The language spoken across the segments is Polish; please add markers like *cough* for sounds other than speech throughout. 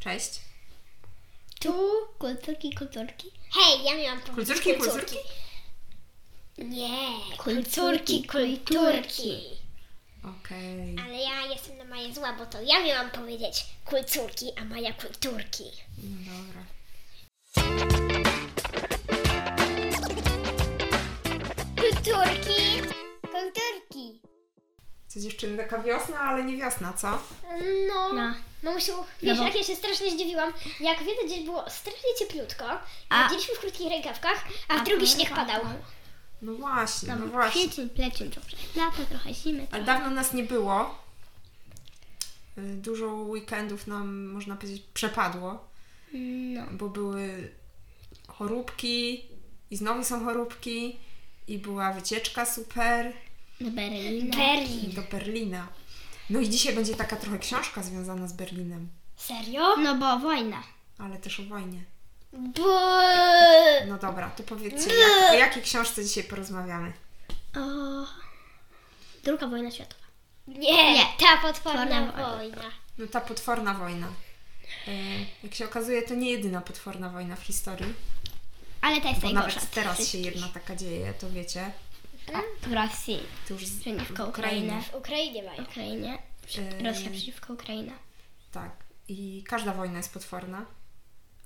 Cześć. Tu kulturki, kulturki. Hej, ja miałam powiedzieć. Kulcurki, kulcurki? Nie, Kulturki, kulturki. Okej. Ale ja jestem na Maję zła, bo to ja miałam powiedzieć kulturki, a Maja kulturki. No dobra. Kulturki, kulturki. Coś dziewczyny, taka wiosna, ale nie wiosna, co? No. No, no. mamusiu, wiesz bo- jak ja się strasznie zdziwiłam, jak w jeden dzień było strasznie cieplutko, A- chodziliśmy w krótkich rękawkach, a w drugi śnieg padał. No właśnie, no Tam właśnie. kwiecień, plecień, dobrze. Lato, trochę zimy. Ale dawno nas nie było. Y, Dużo weekendów nam, można powiedzieć, przepadło, No. bo były choróbki i znowu są choróbki i była wycieczka super Do Berlina. Berlin. do Berlina. No i dzisiaj będzie taka trochę książka związana z Berlinem, Serio? No bo wojna. ale też o wojnie. Bo... No dobra, to powiedzcie, jak, o jakiej książce dzisiaj porozmawiamy? O... Druga wojna światowa. Nie, Nie. ta potworna Potworna wojna. wojna. No ta potworna wojna. Y, Jak się okazuje, to nie jedyna potworna wojna w historii. Ale ta jest Bo najgorsza. nawet teraz się jedna taka dzieje, to wiecie. W Rosji. To już z, Przeciwko w Ukrainie. W Ukrainie mają. Ukrainie. Yy. Rosja przeciwko Ukrainie. Tak. I każda wojna jest potworna,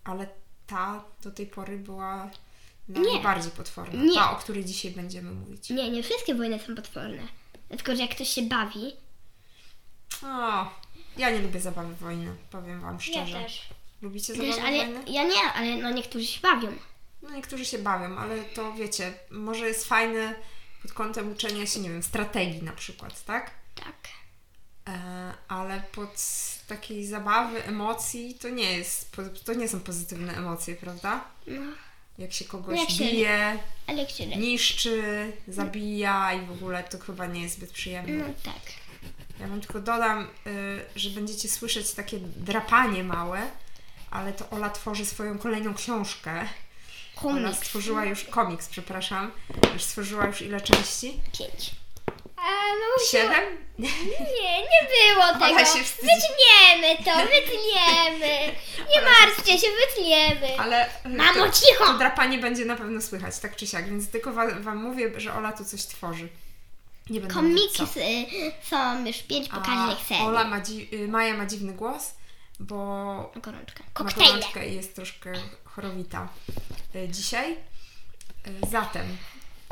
ale ta do tej pory była najbardziej potworna. Nie. Ta, o której dzisiaj będziemy mówić. Nie, nie wszystkie wojny są potworne. Tylko, że jak ktoś się bawi, O, ja nie lubię zabawy wojny, powiem Wam Ja szczerze. też. Lubicie zabawy wiesz, ale No wojny? ja nie, ale no niektórzy się bawią. No niektórzy się bawią, ale to wiecie, może jest fajne pod kątem uczenia się, nie wiem, strategii na przykład, tak? Tak. E, ale pod takiej zabawy, emocji to nie jest, po- to nie są pozytywne emocje, prawda? No, Jak się kogoś Jak się- bije, ale jak się le- niszczy, zabija i w ogóle to chyba nie jest zbyt No przyjemne. tak. Ja wam tylko dodam, y, że będziecie słyszeć takie drapanie małe, ale to Ola tworzy swoją kolejną książkę. Ona Komiks. stworzyła już komiks, przepraszam. Już stworzyła już ile części? Pięć. A mamusiu, Siedem? nie, nie było tego. tak się wstydzi. wytniemy to, wytniemy. Nie martwcie się, wytniemy. Ale y, Mamo, to, cicho! to drapanie będzie na pewno słychać, tak czy siak, więc tylko wa, wam mówię, że Ola tu coś tworzy. Nie będę mówić Komiki co. s- y, są już pięć A pokaźnych serii. Ola ma dzi- y, Maja ma dziwny głos, bo Gorączka. No Koktajle. ma gorączkę i jest troszkę chorowita y, dzisiaj. Y, Zatem,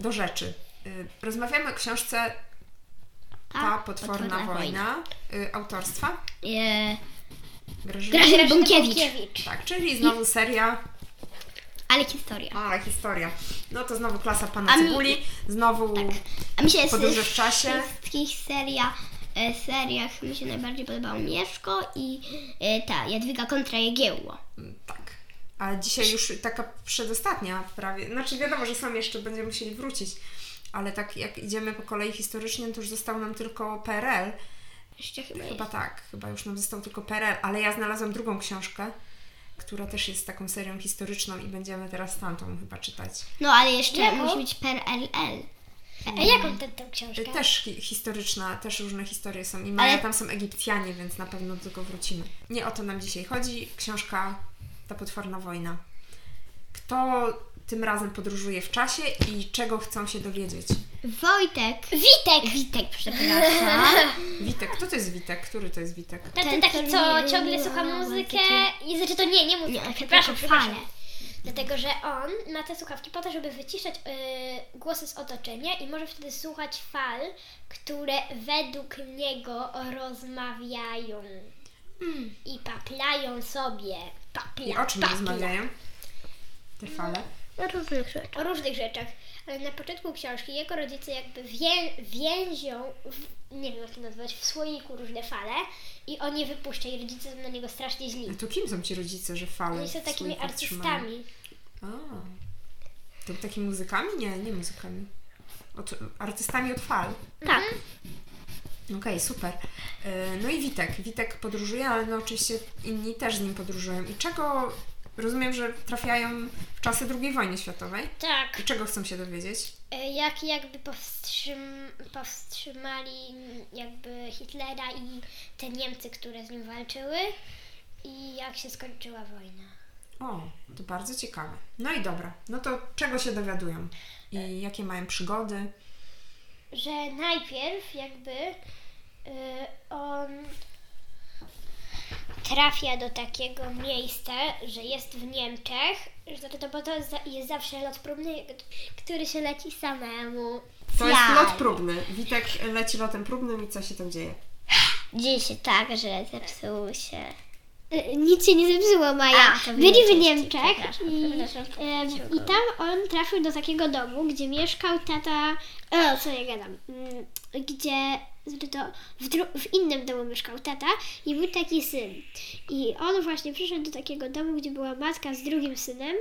do rzeczy. Y, Rozmawiamy o książce Ta, potworna, wojna, y, autorstwa Y, Grażyny. Grażyny Grażyna Bąkiewicz. Tak, czyli znowu seria, Ale historia. ale historia. No to znowu klasa pana A mi- Cebuli, znowu A mi się z podróże w czasie. wszystkich seria, y, seriach mi się najbardziej podobało Mieszko i y, ta Jadwiga kontra Jegiełło. Tak. A dzisiaj już taka przedostatnia prawie. Znaczy wiadomo, że sam jeszcze będziemy musieli wrócić, ale tak jak idziemy po kolei historycznie, to już został nam tylko PRL. Jeszcze chyba, Chyba jest. tak, chyba już nam został tylko PRL, ale ja znalazłam drugą książkę, która też jest taką serią historyczną i będziemy teraz tamtą chyba czytać. No ale jeszcze Jaką? musi być PRLL. A jaką tę tę książkę? Y, Też hi- historyczna, też różne historie są i Maja, Ale- tam są Egipcjanie, więc na pewno do tego wrócimy. Nie o to nam dzisiaj chodzi. Książka Ta potworna wojna. Kto tym razem podróżuje w czasie i czego chcą się dowiedzieć? Wojtek. Witek! Witek, *laughs* przepraszam. Witek, kto to jest Witek? Który to jest Witek? Ten, Ten, No co taki, co nie ciągle lubiła słucha muzykę muzyki. i znaczy to nie, nie Nie, muzykę, tylko przepraszam, przepraszam. fale. Dlatego, że on ma te słuchawki po to, żeby wyciszać y, głosy z otoczenia i może wtedy słuchać fal, które według niego rozmawiają i paplają sobie. Papla, I o czym papla. rozmawiają? Te fale. No różnych rzeczy. O różnych rzeczach. Ale na początku książki jego rodzice jakby wię, więzią, w, nie wiem jak to nazwać, w słoiku różne fale i on je wypuszcza i rodzice są na niego strasznie źli. A to kim są ci rodzice, że fale? Oni są w takimi słoiku trzymają? artystami. A, to takimi muzykami? Nie, nie muzykami. Od, artystami od fal. Tak. Mhm. Okej, super. E, No i Witek. Witek podróżuje, ale no oczywiście inni też z nim podróżują. I czego rozumiem, że trafiają w czasy II wojny światowej? Tak. I czego chcą się dowiedzieć? E, Jak jakby powstrzym, powstrzymali mm, jakby Hitlera i te Niemcy, które z nim walczyły. i jak się skończyła wojna. O, to bardzo ciekawe. No i dobra, no to czego się dowiadują? I jakie mają przygody? Że najpierw jakby y, on trafia do takiego miejsca, że jest w Niemczech, że to, bo to jest, za- jest zawsze lot próbny, który się leci samemu. To jest Tak. lot próbny. Witek leci lotem próbnym i co się tam dzieje? Dzieje się tak, że zepsuł się. Y, Nic się nie zepsuło, Maja. A, to w Byli w Niemczech, Niemczech przepraszam, i, przepraszam, em, przepraszam. i tam on trafił do takiego domu, gdzie mieszkał tata. O, co ja gadam? Mm, Gdzie znaczy to w, dru- w innym domu mieszkał tata i był taki syn. I on właśnie przyszedł do takiego domu, gdzie była matka z drugim synem.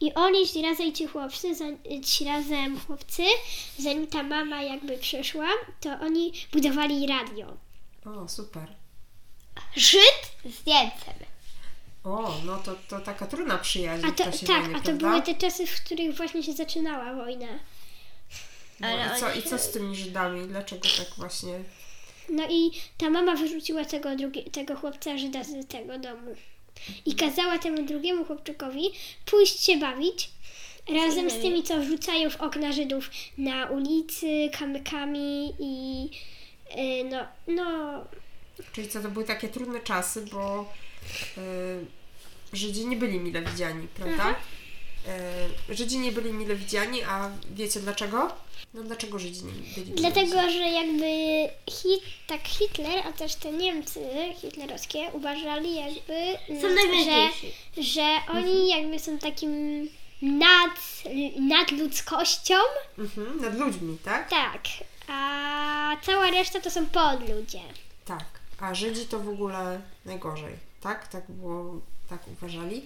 I oni szli razem i ci chłopcy, za- ci razem chłopcy, zanim ta mama jakby przyszła, to oni budowali radio. O, super. Żyd z Niemcem. O, no to, to taka trudna przyjaźń A w to, czasie tak, wojny, a to prawda? były te czasy, w których właśnie się zaczynała wojna. No, Ale i, co, oni I co z tymi Żydami? Dlaczego tak właśnie? No i ta mama wyrzuciła tego, drugi, tego chłopca Żyda z tego domu. I kazała temu drugiemu chłopczykowi pójść się bawić razem z tymi, co rzucają w okna Żydów na ulicy, kamykami i y, no, no, Czyli co, to były takie trudne czasy, bo y, Żydzi nie byli mile widziani, prawda? Mhm. Y, Żydzi nie byli mile widziani, a wiecie dlaczego? No dlaczego Żydzi nie byli mile widziani? Dlatego, że jakby hit, tak Hitler, a też te Niemcy hitlerowskie uważali jakby, Są mm, najważniejsi. że, że oni jakby są takim nad, nadludzkością, Mhm, nad ludźmi, tak? tak, a cała reszta to są podludzie. Tak. A Żydzi to w ogóle najgorzej, tak? Tak było, tak uważali.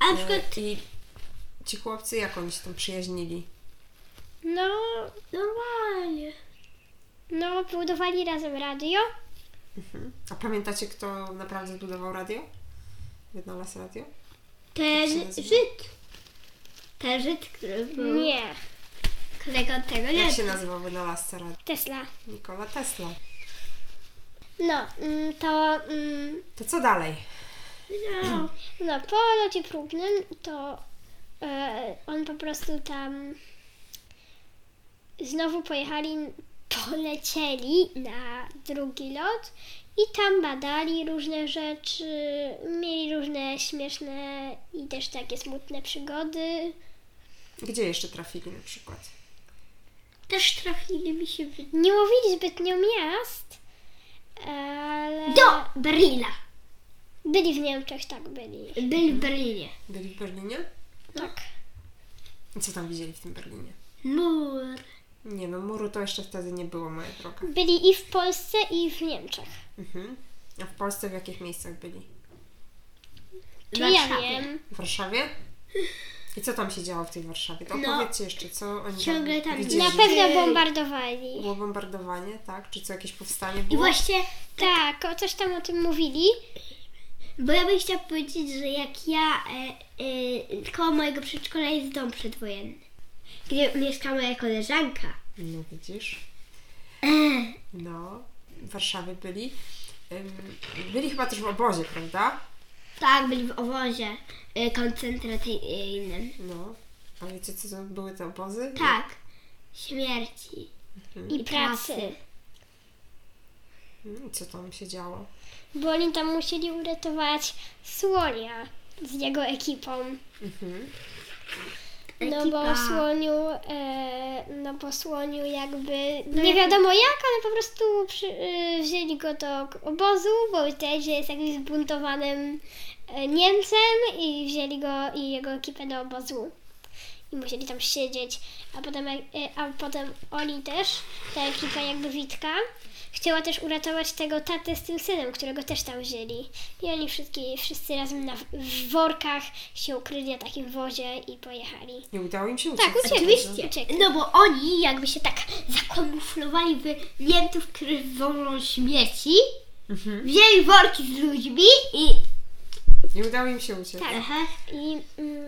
A na Y, przykład I ci chłopcy, jak oni się tam przyjaźnili? No, normalnie. no budowali razem radio, Mhm. A pamiętacie, kto naprawdę zbudował radio? Wynalazł radio? Ten się nazywa? Żyd. Ten Żyd, który był Mhm. nie, kolega od tego Jak nie. się nazywał wynalazca radio? Tesla. Nikola Tesla. No, mm, to mm, To co dalej? No. No, po locie próbnym to e, on po prostu tam znowu pojechali, polecieli na drugi lot i tam badali różne rzeczy, mieli różne śmieszne i też takie smutne przygody. Gdzie jeszcze trafili na przykład? Też trafili mi się w... Nie łowili zbytnio miast, ale Do Berlina. byli w Niemczech, tak byli. Byli w Berlinie. Byli w Berlinie? Tak. I co tam widzieli w tym Berlinie? Mur. Nie no, muru to jeszcze wtedy nie było, moja droga. Byli i w Polsce, i w Niemczech. Mhm. A w Polsce w jakich miejscach byli? Czy ja Warszawie. wiem? W Warszawie? I co tam się działo w tej Warszawie? To No. opowiedzcie jeszcze, co oni Ciągle tam widzieli. Na Gdzieś- pewno bombardowali. Było bombardowanie, tak? Czy co, jakieś powstanie I było? właśnie, Tak, o coś tam o tym mówili. bo ja bym chciała powiedzieć, że jak ja e, e, koło mojego przedszkola jest dom przedwojenny, gdzie mieszka moja koleżanka. No widzisz. E. No, w Warszawie byli. Ym, Byli chyba też w obozie, prawda? Tak, byli w obozie e, koncentracyjnym. Mhm. No. A wiecie, co to były te obozy? Tak. Śmierci. Mhm. I pracy. Mm, Co tam się działo? Bo oni tam musieli uratować słonia z jego ekipą. No bo Ekipa. słoniu, e, no bo słoniu jakby, no nie wiadomo jak, ale po prostu przy, e, wzięli go do k- obozu, bo wiedzieli, że jest jakimś zbuntowanym e, Niemcem i wzięli go i jego ekipę do obozu. I musieli tam siedzieć, a potem, jak- e, a potem oni też, ta ekipa jakby Witka, chciała też uratować tego tatę z tym synem, którego też tam wzięli. I oni wszystkie, wszyscy razem na, w workach się ukryli na takim wozie i pojechali. Nie udało im się uciec. Tak, uciekli. Oczywiście. Uciekli. No bo oni jakby się tak zakamuflowali w Niemców, którzy wożą śmieci, Mhm. wzięli worki z ludźmi i... Nie udało im się uciec. Tak. Aha. I mm,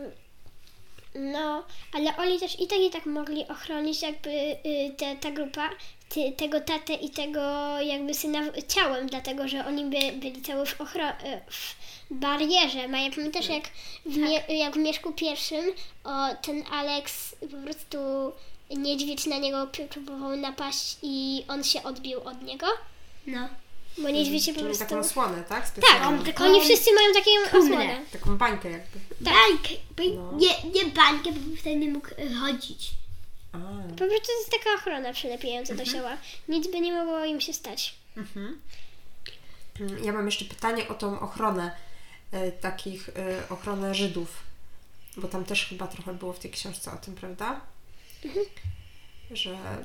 no, ale oni też i tak i tak mogli ochronić jakby y, te, ta grupa ty, tego tatę i tego jakby syna w- ciałem, dlatego że oni by, byli cały w, ochro- e, w barierze. Maja, pamiętasz jak w, Tak. mie- jak w Mieszku pierwszym o, ten Alex po prostu niedźwiedź na niego pr- próbował napaść i on się odbił od niego? No. Bo niedźwiedź się po Czyli prostu... taką osłonę, tak? Tak, Specjalną. taką oni wszyscy tak- mają taką kumlę. osłonę. Taką bańkę jakby. Bańkę. bań- No. Nie, nie bańkę, bo wtedy nie mógł e, chodzić. A. mm, Po prostu to jest taka ochrona przylepiająca do ciała. Nic by nie mogło im się stać. Mhm. Mm, Ja mam jeszcze pytanie o tą ochronę e, takich, e, ochronę Żydów, bo tam też chyba trochę było w tej książce o tym, prawda? Mhm. Że e,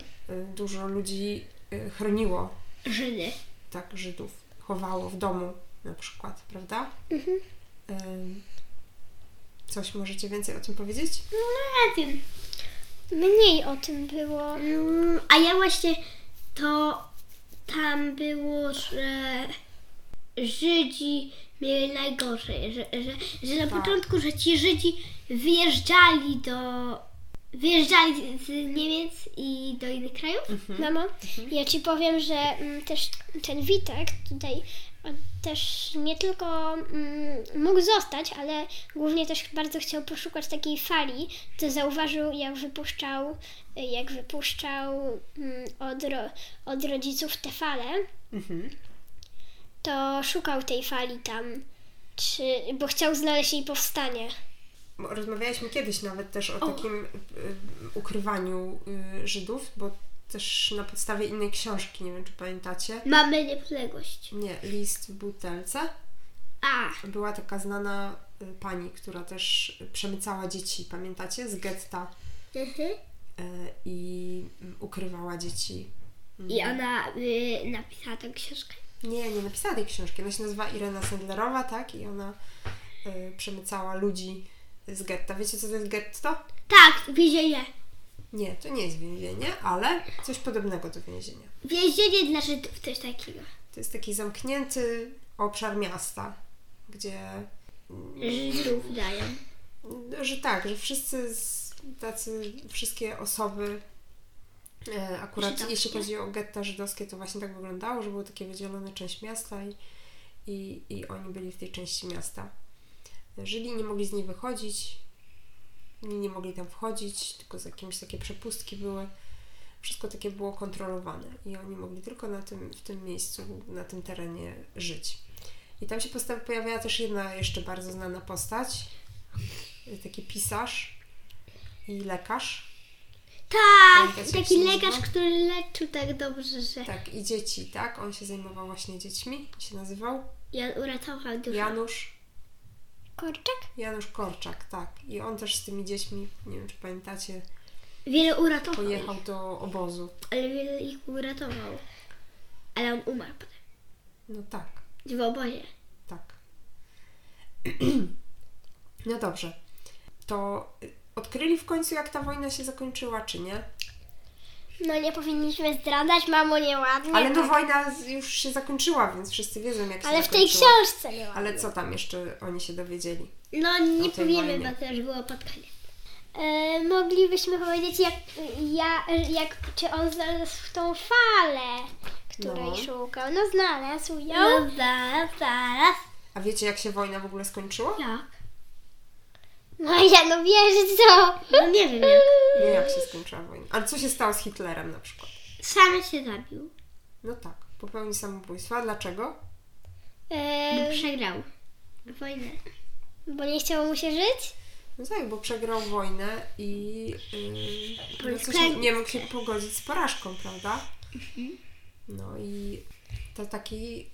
dużo ludzi e, chroniło Żyny. tak Żydów, chowało w domu na przykład, prawda? Mhm. Em, Coś możecie więcej o tym powiedzieć? Ja wiem. Mniej o tym było. Mm, A ja właśnie to tam było, że Żydzi mieli najgorzej, że, że, że na Tak. początku, że ci Żydzi wyjeżdżali do wyjeżdżali z Niemiec i do innych krajów. Mamo, ja Ci powiem, że mm, też ten Witek tutaj on też nie tylko mm, mógł zostać, ale głównie też bardzo chciał poszukać takiej fali, co zauważył, jak wypuszczał, jak wypuszczał mm, od, ro, od rodziców te fale, Mhm. to szukał tej fali tam, czy, bo chciał znaleźć jej powstanie. Bo Rozmawialiśmy kiedyś nawet też o takim y, ukrywaniu y, Żydów, bo też na podstawie innej książki, nie wiem czy pamiętacie. Mamy niepodległość. Nie, list w butelce. A, Była taka znana y, pani, która też przemycała dzieci, pamiętacie, z getta mhm. y, i y, ukrywała dzieci. I ona y, napisała tę książkę. Nie, nie napisała tej książki. Ona się nazywa Irena Sendlerowa, tak? I ona y, przemycała ludzi z getta. Wiecie, co to jest getto? Tak, więzienie. Nie, to nie jest więzienie, ale coś podobnego do więzienia. Więzienie dla Żydów, coś takiego. To jest taki zamknięty obszar miasta, gdzie Żydów dają. że tak, że wszyscy z- tacy, wszystkie osoby e, akurat Żydowskie. jeśli chodzi o getta żydowskie, to właśnie tak wyglądało, że było takie wydzielone część miasta i, i, i oni byli w tej części miasta. Żyli, nie mogli z niej wychodzić, nie, nie mogli tam wchodzić, tylko z jakimiś takie przepustki były. Wszystko takie było kontrolowane i oni mogli tylko na tym, w tym miejscu, na tym terenie żyć. I tam się posta- pojawiała też jedna jeszcze bardzo znana postać, taki pisarz i lekarz. Tak, Pamiętacie, jak się taki nazywa? lekarz, który leczył tak dobrze, że Tak, i dzieci, tak? On się zajmował właśnie dziećmi, się nazywał Jan uratował dużo. Janusz, Korczak? Janusz Korczak, tak. I on też z tymi dziećmi, nie wiem czy pamiętacie, Wiele uratował, pojechał do obozu. ale wiele ich uratował. Ale on umarł potem, No tak, w obozie. tak. *clears throat* No dobrze. To y, odkryli w końcu, jak ta wojna się zakończyła, czy nie? No nie powinniśmy zdradzać, mamo, nieładnie. Ale no wojna z- już się zakończyła, więc wszyscy wiedzą, jak się tak. Ale w tej zakończyła. książce nie ma. Ale co tam jeszcze oni się dowiedzieli? No nie O tej powiemy, wojnie. bo to już było pod koniec. E, moglibyśmy powiedzieć, jak, ja, jak, czy on znalazł tą falę, której No. szukał. No znalazł ją. No zaraz, zaraz. A wiecie, jak się wojna w ogóle skończyła? Jak? No ja no wiesz co? No nie wiem jak. Nie, jak się skończyła wojna. Ale co się stało z Hitlerem na przykład? Sam się zabił, No tak, popełnił samobójstwo. A dlaczego? bo E, przegrał wojnę. bo nie chciało mu się żyć? No tak, bo przegrał wojnę i yy, no coś klęskę. nie mógł się pogodzić z porażką, prawda? No i to taki.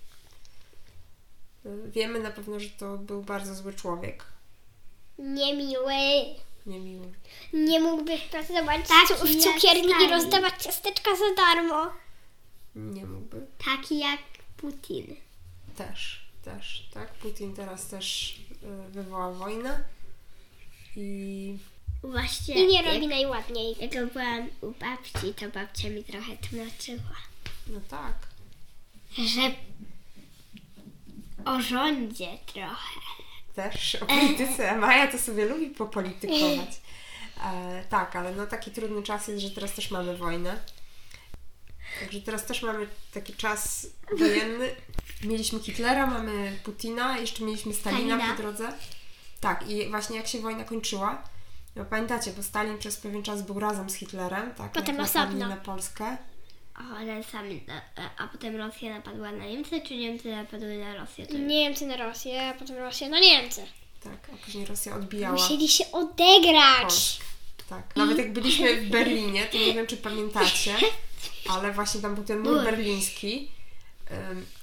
y, Wiemy na pewno, że to był bardzo zły człowiek. Niemiły. Niemiły. Nie mógłby pracować Tak, cu- w jak cukierni i stali. rozdawać ciasteczka za darmo. Nie mógłby. Taki jak Putin. Też, też, tak? Putin teraz też y, wywoła wojnę i Właśnie I nie jak, robi najładniej. jak ja byłam u babci, to babcia mi trochę tłumaczyła. no tak. że o rządzie trochę. też o polityce. Maja to sobie lubi popolitykować. E, tak, ale no taki trudny czas jest, że teraz też mamy wojnę. Także teraz też mamy taki czas wojenny. Mieliśmy Hitlera, mamy Putina, jeszcze mieliśmy Stalina Stalina. po drodze. Tak, i właśnie jak się wojna kończyła, no pamiętacie, bo Stalin przez pewien czas był razem z Hitlerem, tak? Potem jak napadli osobno. na Polskę. Ale sami, a, a potem Rosja napadła na Niemcy, czy Niemcy napadły na Rosję? To już- Niemcy na Rosję, no a potem Rosja na Niemcy. Tak, a później Rosja odbijała Musieli się odegrać. Polskę. Tak. Nawet jak byliśmy w Berlinie, to nie wiem, czy pamiętacie, ale właśnie tam był ten mur Mur. berliński.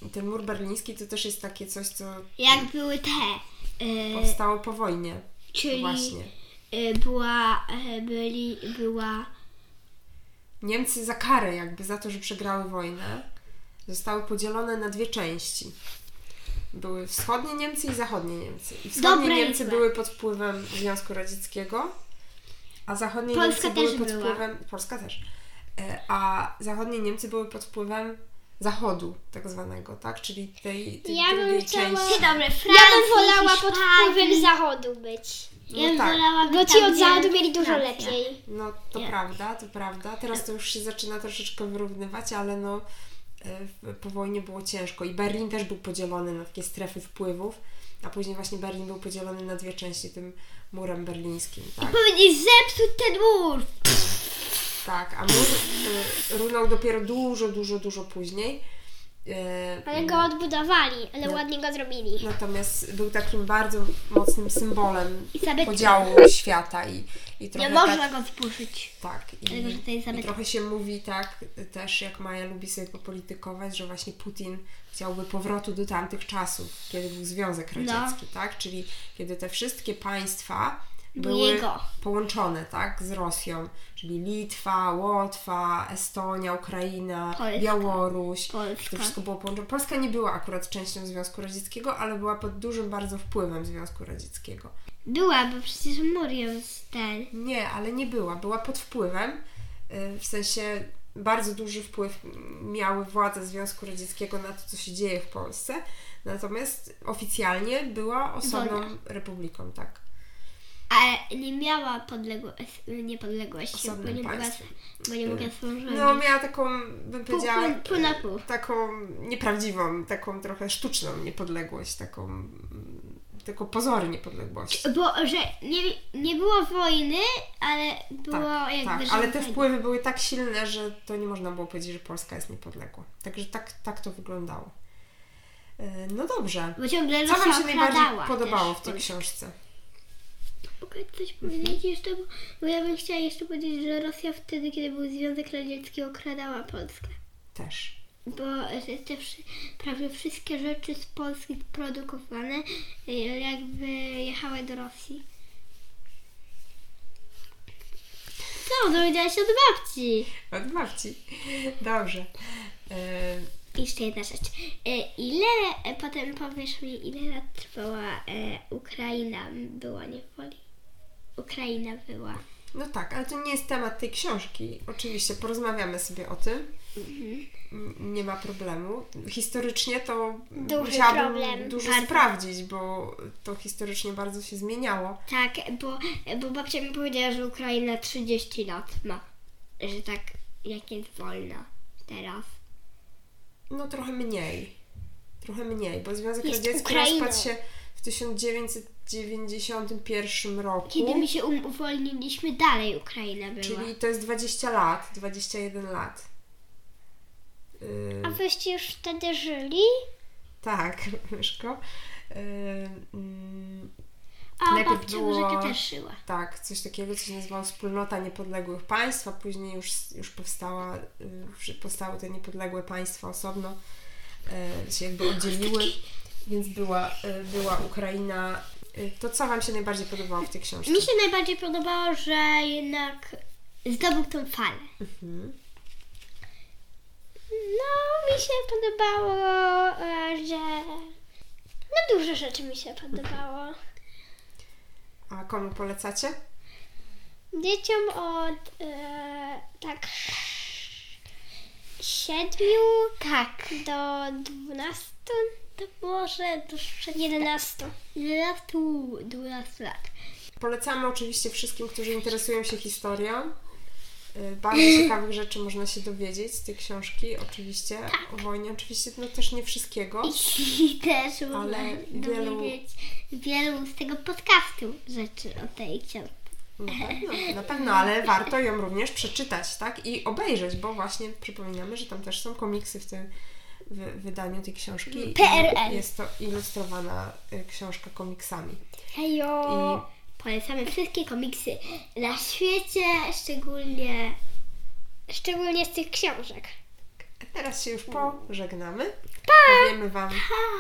Ym, Ten mur berliński to też jest takie coś, co Jak były te, e, powstało po wojnie. czyli Właśnie. e, była, e, byli, była, Niemcy za karę jakby za to, że przegrały wojnę, zostały podzielone na dwie części. Były wschodnie Niemcy i zachodnie Niemcy. I wschodnie Dobre i Niemcy złe. były pod wpływem Związku Radzieckiego, a zachodnie Polska Niemcy też były pod była. wpływem. Polska też. E, A zachodnie Niemcy były pod wpływem Zachodu, tak zwanego, tak? Czyli tej, tej Ja bym drugiej chciała- części. dobre, Ja bym wolała pod wpływem Zachodu być. Ja bym tak. wolała Bo być ci tam, od gdzie Zachodu mieli dużo Francja. lepiej. No to Nie. prawda, to prawda. Teraz to już się zaczyna troszeczkę wyrównywać, ale no e, w- po wojnie było ciężko. I Berlin też był podzielony na takie strefy wpływów, a później właśnie Berlin był podzielony na dwie części tym murem berlińskim. *laughs* Tak, Powinni zepsuć ten mur! tak. a mur e, runął dopiero dużo, dużo, dużo później. E, Ale go odbudowali, ale No. ładnie go zrobili. Natomiast był takim bardzo mocnym symbolem I zabytkiem. podziału świata i, i Nie trochę tak, można go spuszyć. Tak. Dlatego, że to jest I, I zabytek. trochę się mówi tak y, też, jak Maja lubi sobie popolitykować, że właśnie Putin chciałby powrotu do tamtych czasów, kiedy był Związek No. Radziecki, tak? Czyli kiedy te wszystkie państwa były jego. połączone, tak? Z Rosją, czyli Litwa, Łotwa, Estonia, Ukraina, Polska. Białoruś. To Polska. wszystko było połączone. Polska nie była akurat częścią Związku Radzieckiego, ale była pod dużym bardzo wpływem Związku Radzieckiego. Była, bo przecież mur ją ten. Nie, ale nie była. Była pod wpływem. y, W sensie bardzo duży wpływ miały władze Związku Radzieckiego na to, co się dzieje w Polsce. Natomiast oficjalnie była osobną Wolna. republiką, tak. Ale nie miała podległości, niepodległości, bo Osobnym no nie mogła, państwem. bo nie mogła służyć. No miała taką, bym pół, powiedziała, pół na pół. taką nieprawdziwą, taką trochę sztuczną niepodległość, taką mm, tylko pozory niepodległości. Bo, że nie, nie było wojny, ale było Tak, tak, jakby... ale że- te wpływy były tak silne, że to nie można było powiedzieć, że Polska jest niepodległa. Także tak, tak to wyglądało. Y, No dobrze. Bo ciągle Co Wam się Rosja okradała najbardziej podobało też w tej książce? Mogę coś powiedzieć jeszcze, bo, bo ja bym chciała jeszcze powiedzieć, że Rosja wtedy, kiedy był Związek Radziecki, okradała Polskę. Też. Bo że te wszy, prawie wszystkie rzeczy z Polski produkowane e, jakby jechały do Rosji. Co, dowiedziałaś się od babci? Od babci. Dobrze. E, Jeszcze jedna rzecz. E, Ile, e, potem powiesz mi, ile lat trwała e, Ukraina była niewoli? Ukraina była. No tak, ale to nie jest temat tej książki. Oczywiście porozmawiamy sobie o tym. N- Nie ma problemu. Historycznie to Duży musiałabym problem. dużo Bardzo. sprawdzić, bo to historycznie bardzo się zmieniało. Tak, bo, bo babcia mi powiedziała, że Ukraina 30 lat ma. Że tak, jak jest wolna teraz. No trochę mniej. Trochę mniej, bo Związek Jest Radziecki Ukrainą. rozpadł się w 1991 roku. Kiedy my się um- uwolniliśmy, dalej Ukraina była. Czyli to jest 20 lat, 21 lat. Yy, A wyście już wtedy żyli? tak, *laughs* myszko. Yy, mm, A najpierw babcia było- muzykę też szyła. tak, coś takiego, co się nazywało Wspólnota Niepodległych Państw, a później już, już powstała, yy, już powstały te niepodległe państwa osobno, yy, się jakby oddzieliły, więc była, yy, była Ukraina. Yy, To co Wam się najbardziej podobało w tej książce? Mi się najbardziej podobało, że jednak zdobył tą falę. Mhm. No, mi się podobało, e, że... No, dużo rzeczy mi się podobało. A komu polecacie? Dzieciom od e, tak siedmiu Tak. do dwunastu, to może do jedenastu. 11, 12 lat. Polecamy oczywiście wszystkim, którzy interesują się historią. Y, Bardzo ciekawych rzeczy można się dowiedzieć z tej książki, oczywiście, o wojnie. Oczywiście, no też nie wszystkiego. I też można Ale wielu- dowiedzieć wielu z tego podcastu rzeczy o tej książce. Na pewno, No tak, na pewno, ale warto ją również przeczytać, tak? I obejrzeć, bo właśnie przypominamy, że tam też są komiksy w tym wy- wydaniu tej książki. i PRL. Jest to ilustrowana y, książka komiksami. Hejo! Polecamy wszystkie komiksy na świecie, szczególnie Szczególnie z tych książek. I teraz się już pożegnamy. Powiemy Wam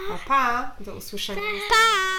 pa, pa, do usłyszenia. Pa!